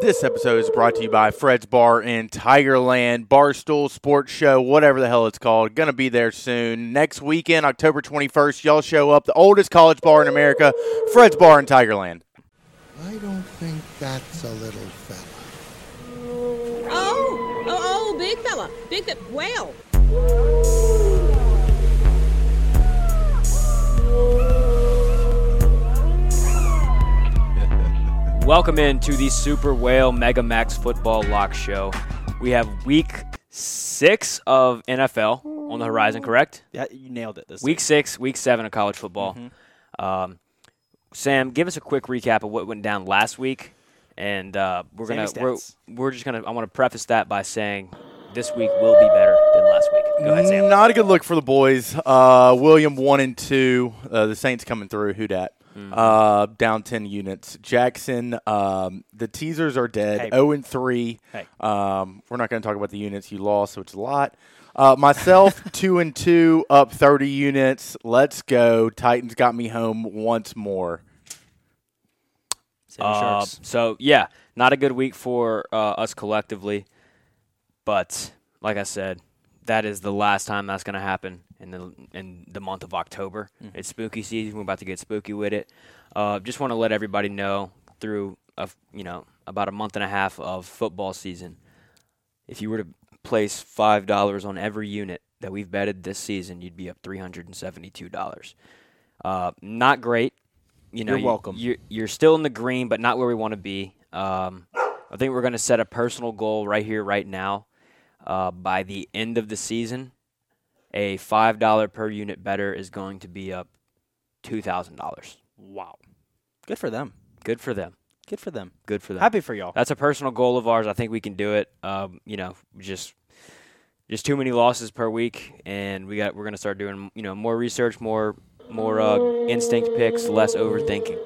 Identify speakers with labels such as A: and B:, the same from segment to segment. A: This episode is brought to you by Fred's Bar in Tigerland, Barstool Sports Show, whatever the hell it's called. Gonna be there soon. Next weekend, October 21st, y'all show up. The oldest college bar in America, Fred's Bar in Tigerland.
B: I don't think that's a little fella.
C: Oh, oh, oh, big fella, big fella. Well,
D: Welcome in to the Super Whale Mega Max Football Lock Show. We have week six of NFL on the horizon, correct?
E: Yeah, you nailed it this
D: Week six, week seven of college football.
E: Mm-hmm.
D: Um, Sam, give us a quick recap of what went down last week, and uh, we're
E: Sammy
D: gonna we're,
E: stats.
D: we're just gonna I want to preface that by saying this week will be better than last week. Go ahead, Sam.
A: Not a good look for the boys. Uh, William one and two. Uh, the Saints coming through. Who dat? Uh, down ten units. Jackson. Um, the teasers are dead.
E: Hey.
A: Zero and three.
E: Hey.
A: Um, we're not going to talk about the units you lost, which is a lot. Uh, myself two and two, up thirty units. Let's go. Titans got me home once more.
E: Sammy
D: Uh,
E: Sharks.
D: so yeah, not a good week for uh, us collectively. But like I said, that is the last time that's going to happen in the in the month of October.
E: Mm-hmm.
D: It's spooky season. We're about to get spooky with it. Uh, just want to let everybody know through a f- you know about a month and a half of football season. If you were to place five dollars on every unit that we've betted this season, you'd be up three hundred and seventy-two dollars. Uh, not great. You know,
E: You're
D: you-
E: welcome.
D: You're, you're still in the green, but not where we want to be. Um, I think we're going to set a personal goal right here, right now. Uh, by the end of the season, a five dollar per unit better is going to be up two thousand dollars.
E: Wow. Good for them.
D: Good for them.
E: Good for them.
D: Good for them.
E: Happy for y'all.
D: That's a personal goal of ours. I think we can do it. Um, you know, just just too many losses per week, and we got we're gonna start doing you know more research, more more uh, instinct picks, less overthinking.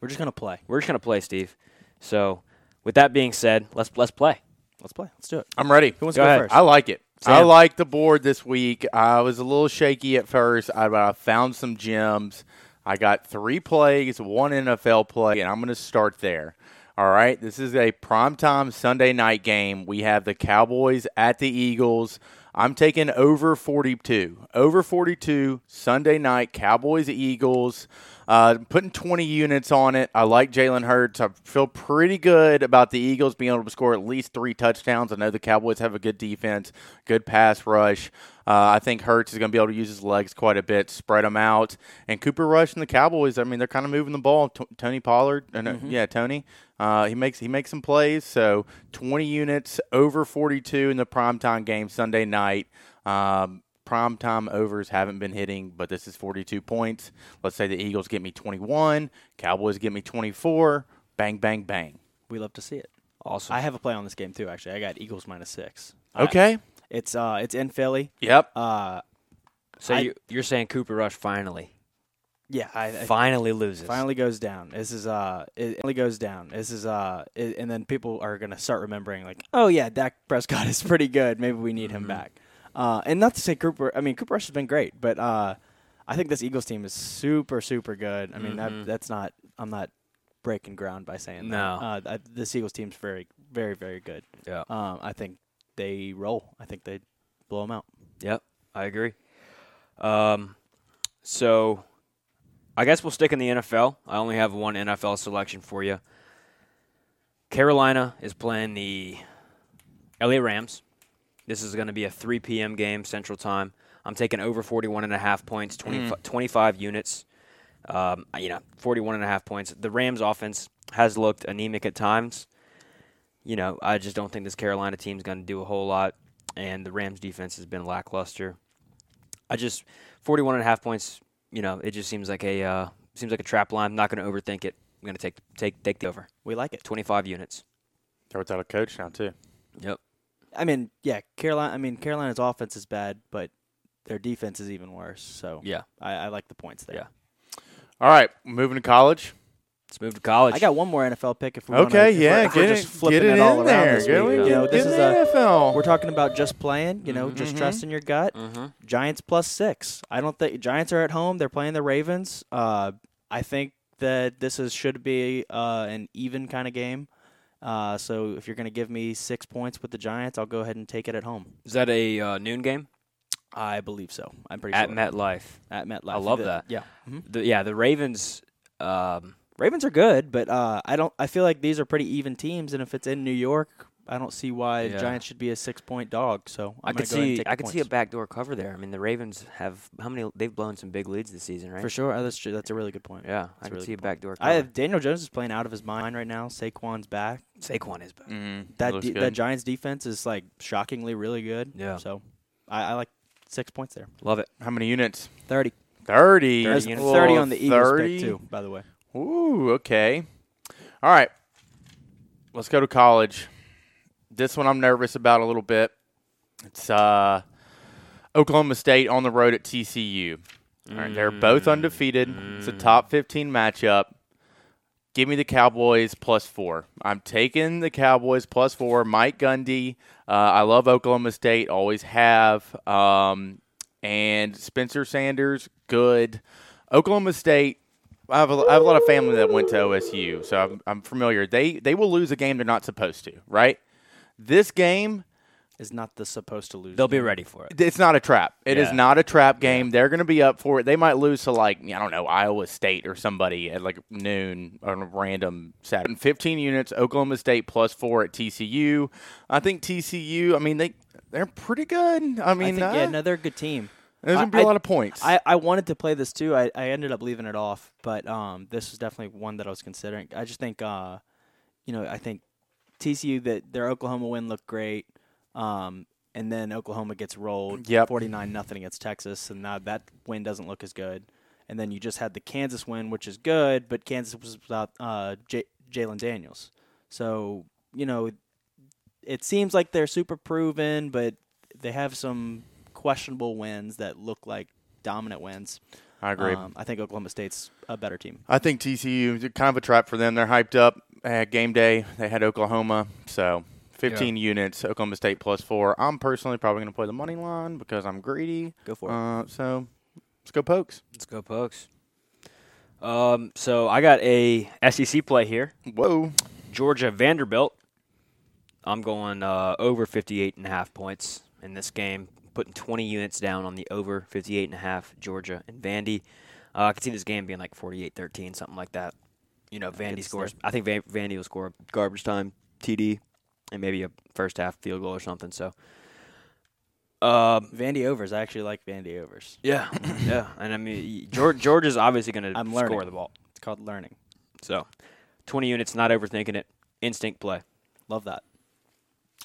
E: We're just gonna play.
D: We're just gonna play, Steve. So, with that being said, let's let's play.
E: Let's play. Let's do it.
A: I'm ready.
E: Who wants
D: Go
E: to go
D: ahead.
E: first?
A: I like it. I
D: Sam?
A: like the board this week. I was a little shaky at first. I, I found some gems. I got three plays, one NFL play, and I'm going to start there. All right. This is a primetime Sunday night game. We have the Cowboys at the Eagles. I'm taking over 42. Over 42, Sunday night, Cowboys, Eagles. Uh, putting 20 units on it. I like Jalen Hurts. I feel pretty good about the Eagles being able to score at least three touchdowns. I know the Cowboys have a good defense, good pass rush. Uh, I think Hurts is going to be able to use his legs quite a bit, spread them out. And Cooper Rush and the Cowboys, I mean, they're kind of moving the ball. T- Tony Pollard, uh, no, yeah, Tony. Uh, he makes he makes some plays. So 20 units over 42 in the primetime game Sunday night. Um, primetime overs haven't been hitting, but this is 42 points. Let's say the Eagles get me 21, Cowboys get me 24. Bang, bang, bang.
E: We love to see it.
D: Awesome. Oh.
E: I have a play on this game too. Actually, I got Eagles minus six.
A: Okay.
E: It's uh, it's in Philly.
A: Yep.
E: Uh,
D: so
E: I-
D: you, you're saying Cooper Rush finally
E: yeah, I, I
D: finally loses.
E: finally goes down. This is uh, it finally goes down. This is uh, it, and then people are gonna start remembering like, oh yeah, Dak Prescott is pretty good. Maybe we need him back. Uh, and not to say Cooper. I mean, Cooper Rush has been great, but uh, I think this Eagles team is super, super good. I mean, that, that's not. I'm not breaking ground by saying
D: No.
E: that. Uh, I, this Eagles team's very, very, very good.
D: Yeah.
E: Um, I think they roll. I think they blow them out.
D: Yep, I agree. Um, so I guess we'll stick in the NFL. I only have one NFL selection for you. Carolina is playing the LA Rams. This is going to be a 3 p.m. game Central Time. I'm taking over 41 and a half points, 20, 25 units. Um, you know, 41 and a half points. The Rams offense has looked anemic at times you know, I just don't think this Carolina team's going to do a whole lot, and the Rams defense has been lackluster. I just 41 and a half points. You know, it just seems like a uh, seems like a trap line. I'm not going to overthink it. I'm going to take take take the over.
E: We like it.
D: 25 units.
A: They're without a coach now, too.
D: Yep.
E: I mean, yeah, Carolina. I mean, Carolina's offense is bad, but their defense is even worse. So
D: Yeah.
E: I, I like the points there.
D: Yeah.
A: All right. Moving to college.
D: Let's move to college.
E: I got one more NFL pick if we want
A: Okay, yeah,
E: if we're
A: get it,
E: just flipping
A: get it,
E: all
A: in
E: around
A: there.
E: this
A: Get
E: week,
A: it,
E: you know,
A: get
E: this
A: it
E: is
A: in
E: a,
A: the NFL.
E: we're talking about just playing, you know, just
A: Mhm.
E: trusting your gut.
D: Mhm.
E: Giants plus six. I don't think Giants are at home. They're playing the Ravens. Uh, I think that this is should be uh, an even kind of game, Uh, so if you're going to give me six points with the Giants, I'll go ahead and take it at home.
D: Is that a uh, noon game
E: I believe so. I'm pretty
D: at
E: sure.
D: MetLife?
E: at MetLife.
D: I love
E: The-
D: that.
E: Yeah. Mhm.
D: The, yeah, the Ravens. Um,
E: Ravens are good, but uh, I don't. I feel like these are pretty even teams, and if it's in New York, I don't see why
D: Yeah.
E: Giants should be a six point dog. So
D: I
E: I'm
D: could
E: gonna go ahead and
D: see
E: take the
D: I could see a
E: points.
D: backdoor cover there. I mean, the Ravens have how many? They've blown some big leads this season, right?
E: for sure. Oh, that's true. That's a really good point.
D: Yeah, I
E: a
D: could
E: really
D: see a
E: good point.
D: backdoor cover.
E: I have Daniel Jones is playing out of his mind right now. Saquon's back.
D: Saquon is back.
A: Mm,
E: That
A: looks
E: de-
A: good.
E: that Giants defense is like shockingly really good.
D: Yeah.
E: So I, I like six points there.
D: Love it.
A: How many units?
E: Thirty.
A: 30.
E: There's
D: units.
A: Oh,
E: thirty on the Eagles
A: 30.
E: pick too. By the way,
A: Ooh, okay. All right. Let's go to college. This one I'm nervous about a little bit. It's uh, Oklahoma State on the road at TCU. All right, they're both undefeated. It's a top 15 matchup. Give me the Cowboys plus four. I'm taking the Cowboys plus four. Mike Gundy. Uh, I love Oklahoma State. Always have. Um, and Spencer Sanders, good. Oklahoma State. I have, a, I have a lot of family that went to OSU, so I'm, I'm familiar. They they will lose a game they're not supposed to, right? This game,
E: is not the supposed to lose.
D: They'll be ready for it.
A: it's not a trap. It is
D: Yeah.
A: not a trap game. They're going to be up for it. They might lose to like I don't know Iowa State or somebody at like noon on a random Saturday. Fifteen units. Oklahoma State plus four at TCU. I think TCU. I mean they they're pretty good. I
E: I
A: mean
E: think, yeah,
A: uh,
E: no, they're a good team.
A: there's
E: I-
A: going to be a
E: I-
A: lot of points.
E: I, I wanted to play this too. I, I ended up leaving it off, but um, this was definitely one that I was considering. I just think, uh, you know, I think TCU that their Oklahoma win looked great, um, and then Oklahoma gets rolled,
A: Yep.
E: forty nine nothing against Texas, and now that win doesn't look as good. And then you just had the Kansas win, which is good, but Kansas was without uh, J- Jalen Daniels, so you know, it seems like they're super proven, but they have some questionable wins that look like dominant wins.
A: I agree.
E: Um, I think Oklahoma State's a better team.
A: I think TCU is kind of a trap for them. They're hyped up. Uh, game day, they had Oklahoma, so 15 units. Oklahoma State plus four. I'm personally probably going to play the money line because I'm greedy.
E: Go for it.
A: Uh, so let's go Pokes.
D: Let's go, Pokes. Um, so I got a SEC play here.
A: Whoa,
D: Georgia Vanderbilt. I'm going uh, over 58 and a half points in this game, putting 20 units down on the over 58 and a half Georgia and Vandy. Uh, I could see this game being like 48-13, something like that. You know, Vandy scores. I think Van- Vandy will score a garbage time TD and maybe a first half field goal or something. So, um,
E: Vandy overs. I actually like Vandy overs.
D: yeah, yeah. And I mean, George, Georgia's obviously going
E: I'm
D: to
E: learning.
D: score the ball.
E: It's called learning.
D: So, 20 units, not overthinking it. Instinct play.
E: Love that.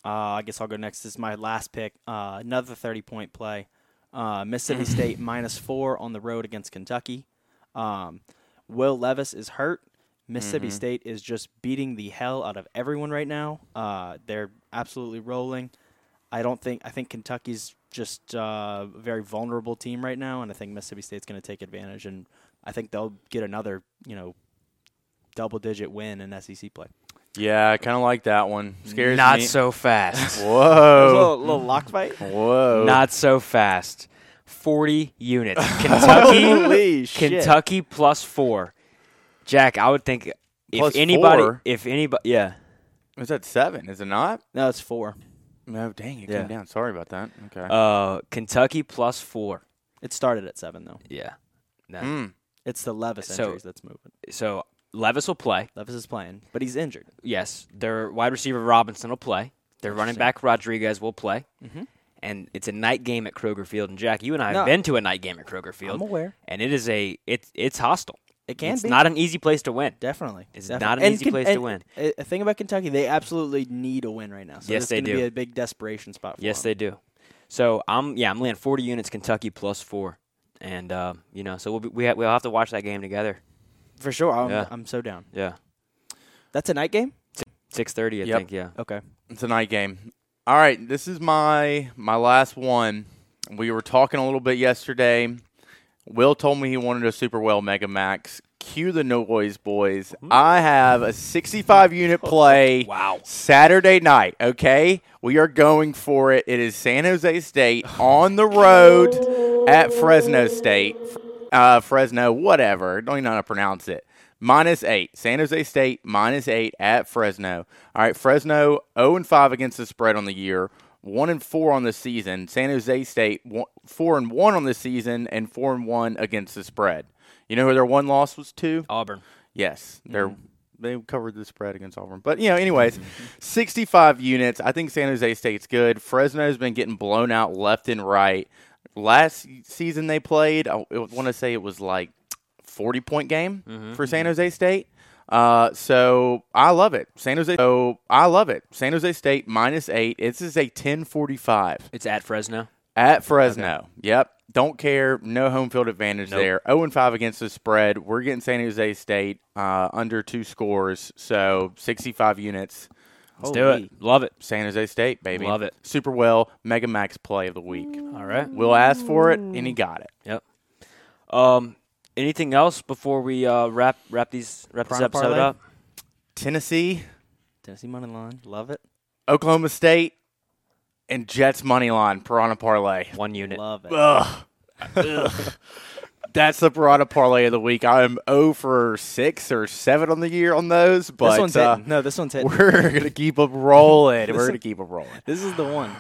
E: Uh, I guess I'll go next. This is my last pick. Uh, another 30 point play. Uh, Mississippi State minus four on the road against Kentucky. Um, Will Levis is hurt. Mississippi State is just beating the hell out of everyone right now. Uh, they're absolutely rolling. I don't think, I think Kentucky's just uh, a very vulnerable team right now, and I think Mississippi State's going to take advantage, and I think they'll get another, you know, double digit win in SEC play.
A: yeah, I kind of like that one. Scares
D: not
A: me.
D: so fast.
E: There's a
A: Whoa,
E: little, little lock fight.
A: whoa.
D: Oh. Not so fast. 40 units. Kentucky
E: Holy shit.
D: Kentucky plus 4. Jack, I would think if
A: Plus
D: anybody
A: four?
D: if anybody yeah.
A: Is that seven? Is it not?
E: No, it's four.
A: No, dang, it
D: Yeah.
A: came down. Sorry about that. Okay.
D: Uh Kentucky plus 4.
E: It started at seven though.
D: Yeah. No.
A: Mm.
E: It's the Levis
D: So-
E: injuries that's moving.
D: So Levis will play.
E: Levis is playing, but he's injured.
D: Yes. Their wide receiver Robinson will play. Their running back Rodriguez will play. And it's a night game at Kroger Field. And Jack, you and I have
E: No.
D: been to a night game at Kroger Field.
E: aware.
D: And it is a it's it's hostile.
E: It can
D: it's
E: be.
D: not an easy place to win.
E: Definitely,
D: It's
E: definitely.
D: not an easy
E: Ken-
D: place to win.
E: uh, The thing about Kentucky, they absolutely need a win right now. So
D: Yes,
E: this
D: they
E: is gonna
D: do.
E: Be a big desperation spot. For
D: Yes,
E: them.
D: they do. So I'm yeah, I'm laying 40 units Kentucky plus four, and uh, you know, so we'll be, we ha- we'll have to watch that game together.
E: for sure. I'm,
D: Yeah.
E: I'm so down.
D: Yeah,
E: That's a night game.
D: 6:30 I
A: Yep.
D: think. Yeah,
E: Okay.
A: It's a night game. All right, this is my my last one. We were talking a little bit yesterday. Will told me he wanted a Super Well Mega Max. Cue the noise, boys. I have a 65 unit play.
D: Wow.
A: Saturday night, okay? We are going for it. It is San Jose State on the road at Fresno State. Uh, Fresno, whatever. Don't even know how to pronounce it. minus eight. San Jose State minus eight at Fresno. All right, Fresno zero and five against the spread on the year, one and four on the season. San Jose State one, four and one on the season, and four and one against the spread. You know who their one loss was to?
D: Auburn.
A: Yes, they're they covered the spread against Auburn. But you know, anyways, 65 units. I think San Jose State's good. Fresno's been getting blown out left and right. Last season they played, I want to say it was like 40 point game for San Jose State. Uh, so I love it. San Jose. So I love it. San Jose State minus eight. This is a 10:45
D: It's at Fresno.
A: at Fresno. Yep. Don't care. No home field advantage
D: Nope.
A: there. 0 and 5 against the spread. We're getting San Jose State uh, under two scores. So 65 units.
D: Let's do it. Love it.
A: San Jose State, baby.
D: Love it.
A: Super well. Mega Max play of the week.
D: All right.
A: Will asked for it, and he got it.
D: Yep. Um, anything else before we uh, wrap wrap these wrap this
E: Prime
D: episode
E: parlay?
D: up?
A: Tennessee,
E: Tennessee money line, love it,
A: Oklahoma State, and Jets money line. Piranha parlay.
D: One unit.
E: love it.
A: That's the Piranha parlay of the week. I am 0 for 6 or 7 on the year on those, but
E: this one's
A: uh,
E: hitting. No, this one's hitting.
A: We're gonna keep them rolling. We're
E: Listen.
A: gonna keep them rolling.
E: This is the one.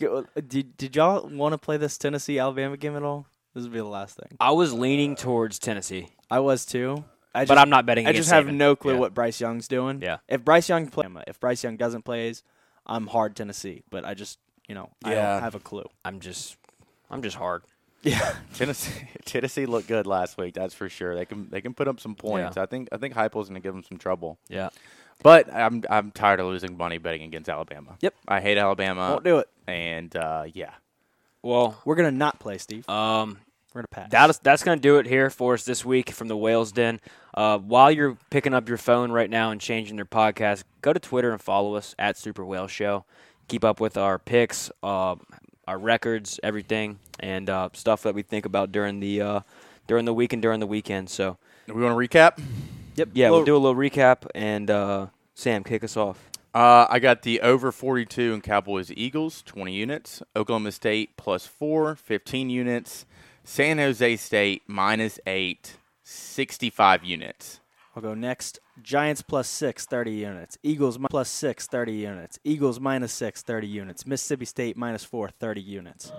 E: Okay, well, uh, Did, did y'all want to play this Tennessee Alabama game at all? This would be the last thing.
D: I was leaning towards Tennessee.
E: I was too. I
D: But I'm not betting
E: I
D: against
E: just have
D: Saban.
E: no clue
D: Yeah.
E: what Bryce Young's doing.
D: Yeah.
E: If Bryce Young plays, if Bryce Young doesn't plays, I'm hard Tennessee. But I just, you know, I
A: Yeah.
E: don't have a clue.
D: I'm just I'm just hard.
E: Yeah.
A: Tennessee, Tennessee looked good last week. That's for sure. They can they can put up some points.
D: Yeah.
A: I think I think Heupel's gonna give them some trouble.
D: Yeah.
A: But I'm I'm tired of losing money betting against Alabama.
E: Yep.
A: I hate Alabama.
E: Won't do it.
A: And uh, yeah,
D: Well,
E: We're gonna not play, Steve.
D: um,
E: We're gonna pass.
D: That is, that's going to do it here for us this week from the Whales Den. Uh, while you're picking up your phone right now and changing their podcast, go to Twitter and follow us at Super Whale Show. Keep up with our picks, uh, our records, everything, and uh, stuff that we think about during the uh, during the week and during the weekend. So,
A: we want to recap.
E: yep.
D: yeah,
E: Well,
D: we'll do a little recap. And uh, Sam, kick us off.
A: Uh, I got the over 42 in Cowboys Eagles, 20 units. Oklahoma State plus 4, 15 units. San Jose State minus 8, 65 units.
E: I'll go next. Giants plus six, 30 units. Eagles mi- plus six, 30 units. Eagles minus six, 30 units. Mississippi State minus four, 30 units.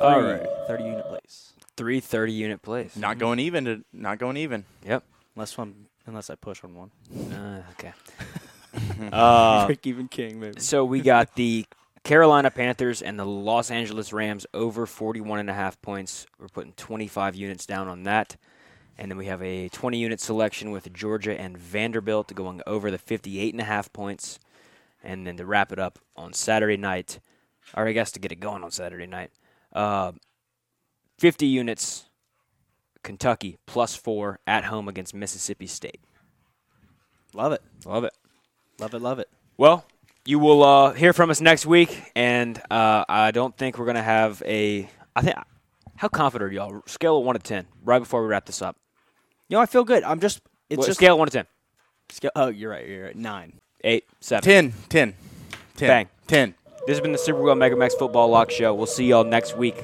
D: All
E: Three,
D: right.
E: 30 unit plays.
D: Three thirty unit plays.
E: Mm-hmm.
A: Not going even. To, not going even.
D: Yep.
E: Unless one, unless I push on one.
D: Uh, okay. Uh,
E: Break even king, maybe.
D: So we got the Carolina Panthers and the Los Angeles Rams over 41 and a half points. We're putting 25 units down on that. And then we have a 20 unit selection with Georgia and Vanderbilt going over the 58 and a half points. And then to wrap it up on Saturday night, or I guess to get it going on Saturday night, uh, 50 units, Kentucky plus four at home against Mississippi State.
E: Love it.
D: Love it.
E: Love it. Love it.
D: Well, you will uh, hear from us next week, and uh, I don't think we're gonna have a. I think. How confident are y'all? Scale of one to ten, right before we wrap this up.
E: You know, I feel good. I'm just. It's
D: Well,
E: just.
D: scale of one to ten.
E: sca- oh, you're right. You're right. Nine.
D: Eight, seven.
A: 10, 10, 10.
D: Bang.
A: 10.
D: This has been the Super Bowl Mega Max Football Lock Show. We'll see y'all next week.